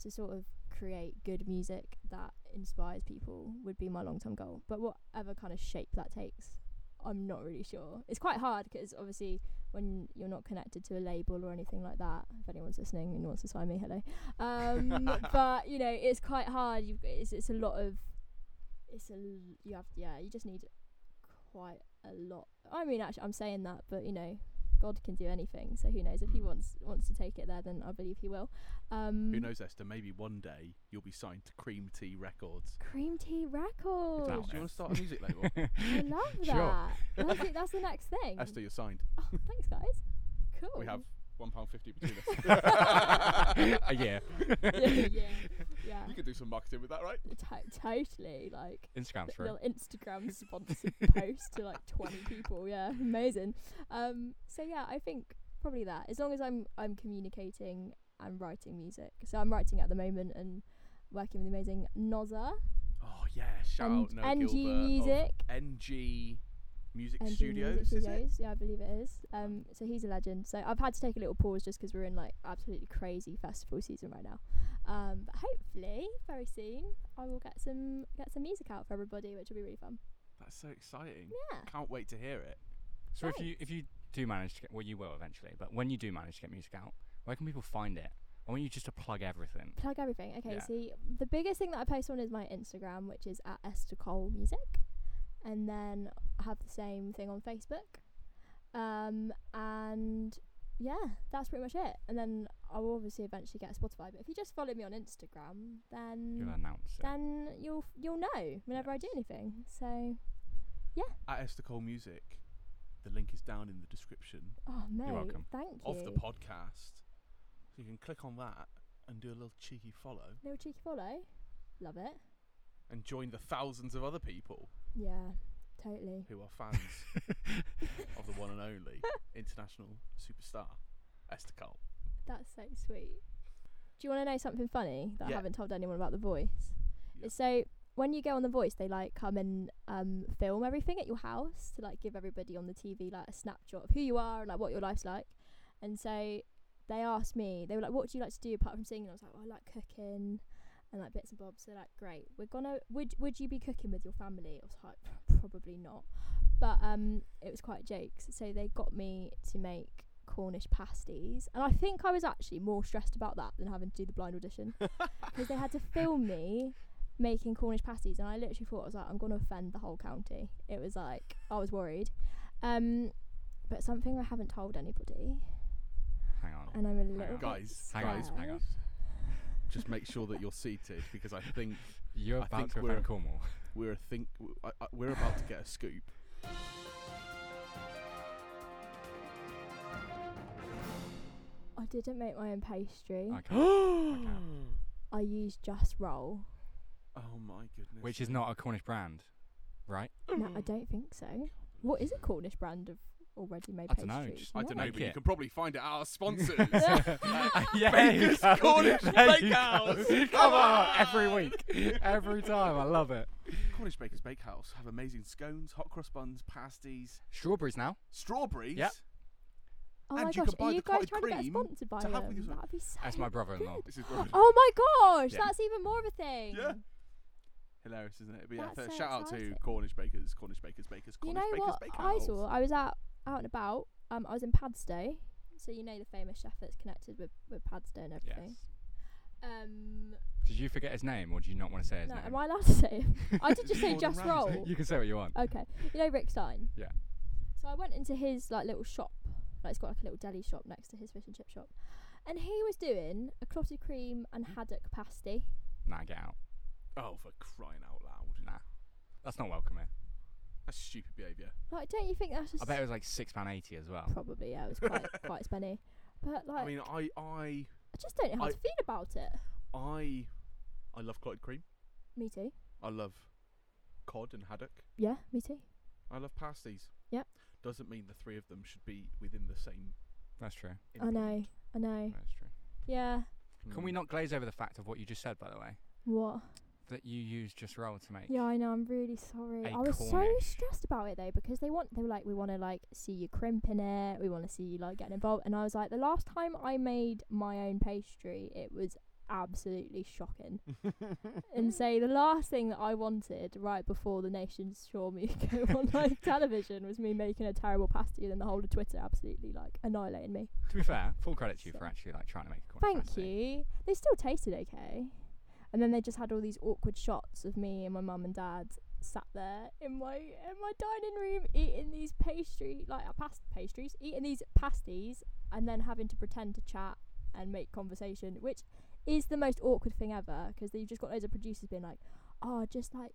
S3: to sort of create good music that inspires people would be my long-term goal. But whatever kind of shape that takes, I'm not really sure. It's quite hard because obviously when you're not connected to a label or anything like that, if anyone's listening and wants to sign me, hello. Um, but you know, it's quite hard. You've, it's it's a lot of, it's a l- you have yeah. You just need quite a lot. I mean, actually, I'm saying that, but you know, God can do anything. So who knows if He
S1: Mm.
S3: wants wants to take it there, then I believe He will. Um,
S1: Who knows, Esther? Maybe one day you'll be signed to Cream Tea Records.
S3: Cream Tea Records.
S1: Do you
S2: Wow.
S1: want to start a music label?
S3: [laughs] I love
S2: Sure.
S3: that. That's, it, that's the next thing.
S1: Esther, you're signed.
S3: Oh, thanks, guys. Cool.
S1: We have one pound fifty between us. [laughs]
S2: Uh, yeah.
S3: [laughs] yeah, yeah, yeah.
S1: You could do some marketing with that, right?
S3: To- totally, like
S2: Instagram's
S3: a
S2: free.
S3: little Instagram sponsored post to like 20 people. Yeah, [laughs] amazing. Um, so yeah, I think probably that. As long as I'm I'm communicating and writing music. So I'm writing at the moment and working with amazing Nozza
S1: Oh yeah, shout
S3: and
S1: out Noah
S3: NG
S1: Gilbert of
S3: Music.
S1: NG Music
S3: NG
S1: Studios.
S3: Music
S1: is it?
S3: Studios. Yeah, I believe it is. Um, so he's a legend. So I've had to take a little pause just 'cause we're in like absolutely crazy festival season right now. Um, but hopefully very soon I will get some get some music out for everybody, which will be really fun.
S1: That's so exciting.
S3: Yeah.
S1: Can't wait to hear it.
S2: So if you if you do manage to get well you will eventually, but when you do manage to get music out, where can people find it? I want you just to plug everything.
S3: Plug everything. Okay,
S2: Yeah.
S3: see the biggest thing that I post on is my Instagram, which is at Esther Cole Music, and then I have the same thing on Facebook. Um, and yeah, that's pretty much it. And then I will obviously eventually get a Spotify. But if you just follow me on Instagram, then
S2: You'll announce it.
S3: then you'll you'll know whenever I do anything. So,
S1: At Esther Cole Music, the link is down in the description
S3: oh mate,
S2: welcome.
S3: thank you.
S1: of the podcast. So you can click on that and do a little cheeky follow
S3: Little cheeky follow, love it.
S1: and join the thousands of other people
S3: Yeah, totally.
S1: who are fans of the one and
S3: [laughs]
S1: only international superstar Esther Cole.
S3: That's so sweet. Do you want to know something funny that
S1: Yeah.
S3: I haven't told anyone about The Voice?
S1: Yeah.
S3: So when you go on The Voice, they like come and um, film everything at your house to like give everybody on the TV like a snapshot of who you are and like what your life's like. And so they asked me, they were like, "What do you like to do apart from singing?" I was like, oh, "I like cooking." And like bits and bobs, they're like, great. We're gonna would would you be cooking with your family? I was like, probably not, but um, it was quite jokes. So they got me to make Cornish pasties, and I think I was actually more stressed about that than having to do the blind audition because they had to film me making Cornish pasties, and I literally thought I was like, I'm gonna offend the whole county. It was like I was worried, um, but something I haven't told anybody,
S2: Hang on.
S3: and I'm a little
S2: on.
S3: bit
S1: Guys,
S2: Hang on. Hang on.
S3: scared.
S1: Just make sure that you're seated because I think
S2: You're
S1: I
S2: about
S1: think
S2: to
S1: we're-
S2: offend Cornwall.
S1: we're a think w- I- I- we're about to get a
S3: [gasps]
S1: scoop.
S3: I didn't make my own pastry.
S2: Okay.
S3: I used Just Roll.
S1: Oh my goodness.
S2: Which is not a Cornish brand, right?
S3: No, I don't think so. What is a Cornish brand of already made
S2: I dunno,
S3: pastries?
S2: just-
S1: I
S3: No.
S1: don't know,
S2: Make
S1: but you
S2: it.
S1: can probably find it at our
S3: [laughs]
S1: sponsors.
S2: [laughs]
S1: Uh,
S2: [laughs] yeah,
S1: Baker's Cornish
S2: There you
S1: Bakehouse.
S2: go. Come on, every week, [laughs] every time. I love it.
S1: Cornish Baker's Bakehouse have amazing scones, hot cross buns, pasties,
S2: Strawberries now.
S1: strawberries.
S2: Yep.
S3: Oh
S1: And
S3: my
S1: you
S3: gosh,
S1: can buy
S3: are
S1: the
S3: you guys
S1: clotted
S3: trying to get
S1: cream
S3: sponsored by
S1: to have
S3: them?
S1: with your-
S3: That'd be so
S2: That's my
S3: [laughs]
S2: brother-in-law.
S3: good.
S1: This is brilliant.
S3: [gasps] Oh my gosh,
S1: Yeah.
S3: that's even more of a thing.
S1: Yeah. Hilarious, isn't it? But yeah,
S3: That's
S1: th-
S3: so
S1: shout out to
S3: exciting.
S1: Cornish Bakers, Cornish Bakers, Bakers,
S3: You
S1: Cornish
S3: know
S1: Bakers,
S3: what I
S1: Bakehouse.
S3: saw? I was out out and about. Um, I was in Padstow, so you know the famous chef that's connected with with Padstow and
S2: Yes.
S3: everything. Um,
S2: Did you forget his name, or do you not want to say his
S3: no,
S2: name?
S3: am I allowed to say it? I did
S1: Is [laughs] it
S3: just say
S1: Gordon
S3: Just
S1: Ramsay?
S3: Roll.
S2: [laughs] You can say what you want.
S3: Okay. You know Rick Stein?
S2: Yeah.
S3: So I went into his like little shop. Like it's got like a little deli shop next to his fish and chip shop. And he was doing a clotted cream and haddock pasty.
S2: Nah, get out.
S1: Oh, for crying out loud.
S2: Nah, that's not welcoming.
S1: That's stupid behaviour.
S3: Like, don't you think that's just
S2: I bet it was like six pound eighty as well.
S3: probably, yeah, it
S1: [laughs]
S3: was quite quite spenny. But like
S1: I mean, I, I,
S3: I just don't know how
S1: I-
S3: to feel about it.
S1: I, I love clotted cream.
S3: Me too.
S1: I love cod and haddock.
S3: Yeah, me too.
S1: I love pasties.
S3: Yep.
S1: Doesn't mean the three of them should be within the same
S2: That's true.
S3: I know. I know.
S2: That's true.
S3: Yeah.
S1: Hmm.
S2: Can we not glaze over the fact of what you just said, by the way?
S3: What?
S2: That you used just roll to make.
S3: Yeah, I know. I'm really sorry.
S2: A
S3: I was so
S2: Cornish.
S3: stressed about it though because they want they were like we want to like see you crimping it. We want to see you like getting involved. And I was like the last time I made my own pastry, it was absolutely
S2: [laughs]
S3: shocking. and so the last thing that I wanted right before the nation saw me [laughs] go on like television was me making a terrible pasty and then the whole of Twitter absolutely like annihilating me.
S2: To be fair, full credit to you
S3: So-
S2: for actually like trying to make a corn
S3: Thank
S2: pasty.
S3: you. They still tasted okay. And then they just had all these awkward shots of me and my mum and dad sat there in my in my dining room eating these pastry like uh, past pastries, eating these pasties and then having to pretend to chat and make conversation, which is the most awkward thing ever because you've just got loads of producers being like, "Oh, just like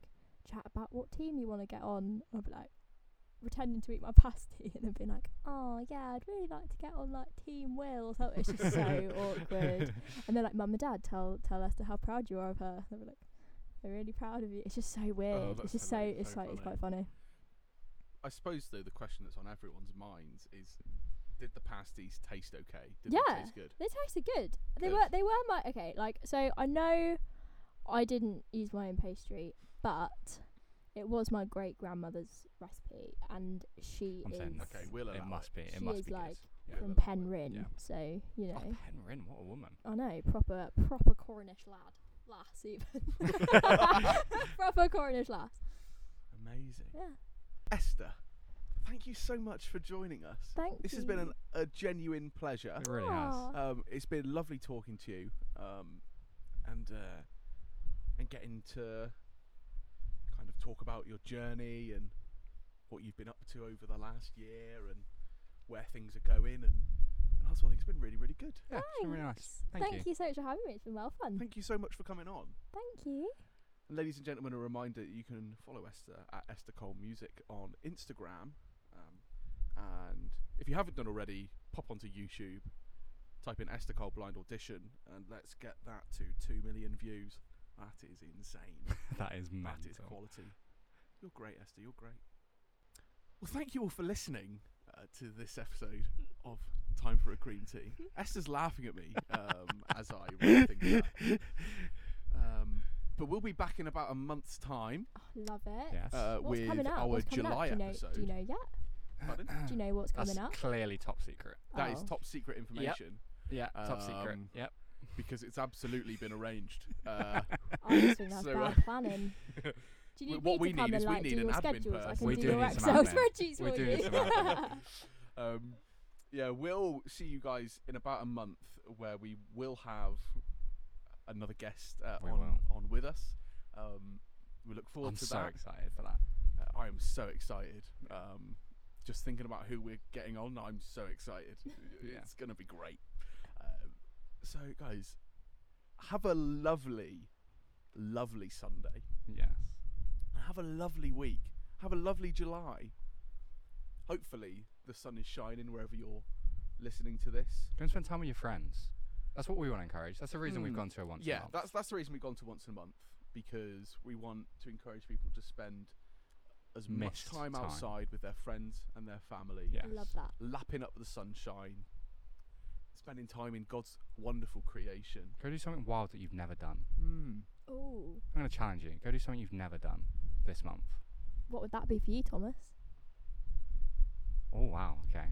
S3: chat about what team you want to get on." I'll be like pretending to eat my [laughs] pasty and then being like, "Oh, yeah, I'd really like to get on like Team Will." or something. It's just [laughs] so awkward. And they're like, "Mum and Dad, tell tell Esther how proud you are of her." And they're like, "We're really proud of you." It's just so weird.
S1: Oh, that's
S3: it's just
S1: hilarious,
S3: so it's
S1: so
S3: like it's
S1: funny.
S3: quite funny.
S1: I suppose though the question that's on everyone's minds is, did the pasties taste okay? Did
S3: Yeah.
S1: they taste good?
S3: They tasted good. They
S1: Good.
S3: were they were my okay, like so I know I didn't use my own pastry, but it was my great grandmother's recipe and she
S2: I'm
S3: is
S2: saying
S1: Okay, we'll allow
S2: It must be. It
S3: She
S2: must
S3: is
S2: be
S3: like
S1: Yeah,
S3: from
S1: we'll allow it.
S3: Penryn.
S2: Yeah.
S3: So, you
S2: good.
S3: know.
S2: Oh, Penryn, what a woman.
S3: I know, proper proper Cornish lad.
S1: [laughs]
S3: Lass even. [laughs] proper Cornish lass.
S1: Amazing.
S3: Yeah.
S1: Esther, thank you so much for joining us.
S3: Thank
S1: this has been an,
S3: you.
S1: a genuine pleasure.
S2: It really has.
S3: Aw.
S1: Um, it's been lovely talking to you, um, and uh, and getting to kind of talk about your journey and what you've been up to over the last year and where things are going and and that's one thing. It's been really really good.
S2: Yeah, it's been really nice. Thank, you.
S3: so much for having me. It's been well fun.
S1: Thank you so much for coming on.
S3: Thank you.
S1: And ladies and gentlemen, a reminder that you can follow Esther at Esther Cole Music on Instagram. Um, and if you haven't done already, pop onto YouTube, type in Esther Cole Blind Audition, and let's get that to 2 million views. That is insane.
S2: that
S1: that
S2: is
S1: is
S2: mental.
S1: quality. You're great, Esther. You're great. Well, thank you all for listening uh, to this episode of Time for a Cream
S3: [laughs]
S1: Tea. Esther's laughing at me um, [laughs] as I write things up. Um, but we'll be back in about a month's time
S3: Oh, love it.
S2: Yes.
S1: uh,
S3: What's
S1: with
S3: coming up?
S1: our
S3: What's coming
S1: July
S3: up? Do you know,
S1: episode.
S3: Do you know yet?
S1: [laughs] Pardon?
S3: Do you know what's
S2: That's [laughs]
S3: coming up?
S2: clearly top secret.
S1: That is
S3: Oh.
S1: top secret information
S2: Yeah, top secret.
S1: Um,
S2: Yep.
S1: because it's absolutely been arranged.
S3: [laughs]
S1: Uh,
S3: I just think that's
S1: So,
S3: bad
S1: uh,
S2: [laughs]
S3: planning. Do
S1: Well,
S3: you need
S1: what
S3: me
S1: we
S3: to
S1: need
S3: come
S1: is
S3: and
S1: we
S3: like
S1: need
S3: do
S1: an
S3: your
S1: admin
S3: schedules? I
S1: person.
S3: can
S2: We
S3: do
S2: do
S3: your
S2: need some
S3: Excel
S2: admin.
S3: spreadsheets
S2: We
S3: for
S2: do
S3: you.
S2: need some admin.
S1: um, yeah, we'll see you guys in about a month where we will have another guest uh,
S2: We
S1: on,
S2: will.
S1: on with us. Um, we look [laughs] forward
S2: I'm
S1: to
S2: so
S1: that.
S2: excited for that.
S1: Uh, I am so excited. Um, just thinking about who we're getting on, I'm so excited.
S2: [laughs] Yeah.
S1: It's going to be great. Um, so, guys, have a lovely, lovely Sunday.
S2: Yes.
S1: And Have a lovely week. Have a lovely July. Hopefully, the sun is shining wherever you're listening to this.
S2: Go and spend time with your friends. That's what we want to encourage. That's the reason we've
S1: Mm.
S2: gone to a once. a
S1: yeah,
S2: month.
S1: that's that's the reason we've gone to once a month because we want to encourage people to spend as much
S2: Missed
S1: time,
S2: time.
S1: outside with their friends and their family.
S2: Yeah.
S3: I love that.
S1: lapping up the sunshine, spending time in God's wonderful creation.
S2: Go do something wild that you've never done.
S1: Mm.
S3: Ooh,
S2: I'm going to challenge you. Go do something you've never done this month.
S3: what would that be for you, Thomas?
S2: Oh, wow. Okay.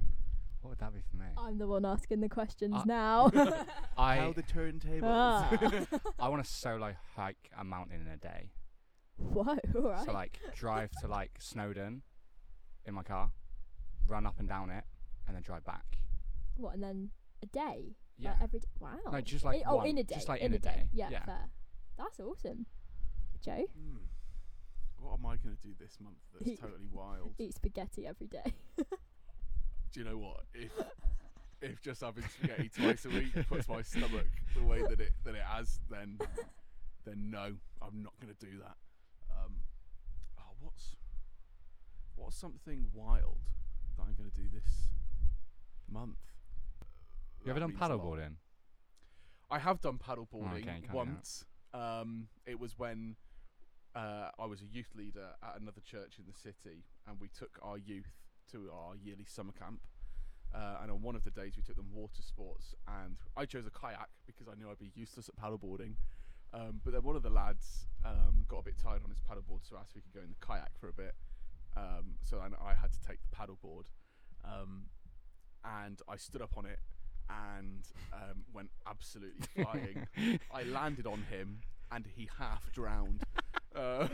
S2: What would that be for me?
S3: I'm the one asking the questions
S2: Uh, [laughs]
S3: now.
S1: How
S3: [laughs]
S2: I,
S1: the turntables. [laughs]
S3: Ah.
S2: [laughs] I want to solo hike a mountain in a day.
S3: Whoa, all right.
S2: So, like, drive to, like, Snowdon in my car, run up and down it, and then drive back.
S3: what, and then a day?
S2: Yeah.
S3: Like every d- wow.
S2: No, just like
S3: I- oh, in
S2: one-
S3: a day.
S2: just like
S3: in, a day. Yeah, fair. That's awesome. Joe,
S1: Mm. What am I going to do this month that's totally wild?
S3: eat spaghetti every day.
S1: Do you know what? If if just having spaghetti twice a week puts my stomach the way that it that it has, then then no, I'm not going to do that. Um, oh, what's what's something wild that I'm going to do this month?
S2: You ever
S1: That
S2: done
S1: means a lot.
S2: paddleboarding?
S1: I have done
S2: Oh,
S1: paddleboarding
S2: okay, can't do that.
S1: once. Um, it was when uh, I was a youth leader at another church in the city, and we took our youth to our yearly summer camp. Uh, and on one of the days, we took them water sports, and I chose a kayak because I knew I'd be useless at paddleboarding. Um, but then one of the lads um, got a bit tired on his paddleboard, so asked if we could go in the kayak for a bit. Um, so then I had to take the paddleboard, um, and I stood up on it and um, went absolutely
S2: [laughs]
S1: flying. I landed on him, and he half
S2: [laughs]
S1: drowned. uh,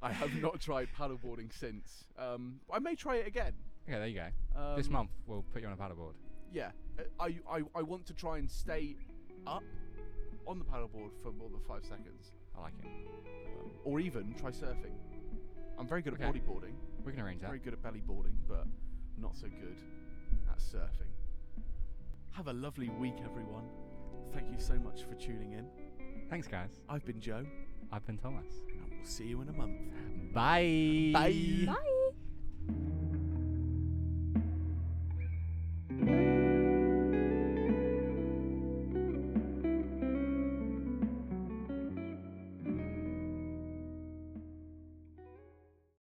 S1: I have not tried paddleboarding since. Um, I may try it again.
S2: Okay, there you go.
S1: Um,
S2: this month we'll put you on a paddleboard.
S1: yeah, Uh, I, I I want to try and stay up on the paddleboard for more than five seconds,
S2: I like it.
S1: um, or even try surfing. I'm very good at
S2: Okay.
S1: bodyboarding,
S2: We can arrange that.
S1: very good at belly boarding, but not so good at surfing. Have a lovely week, everyone. Thank you so much for tuning in.
S2: Thanks, guys.
S1: I've been Joe,
S2: I've been Thomas.
S1: and we'll see you in a month.
S2: Bye.
S1: Bye.
S3: Bye.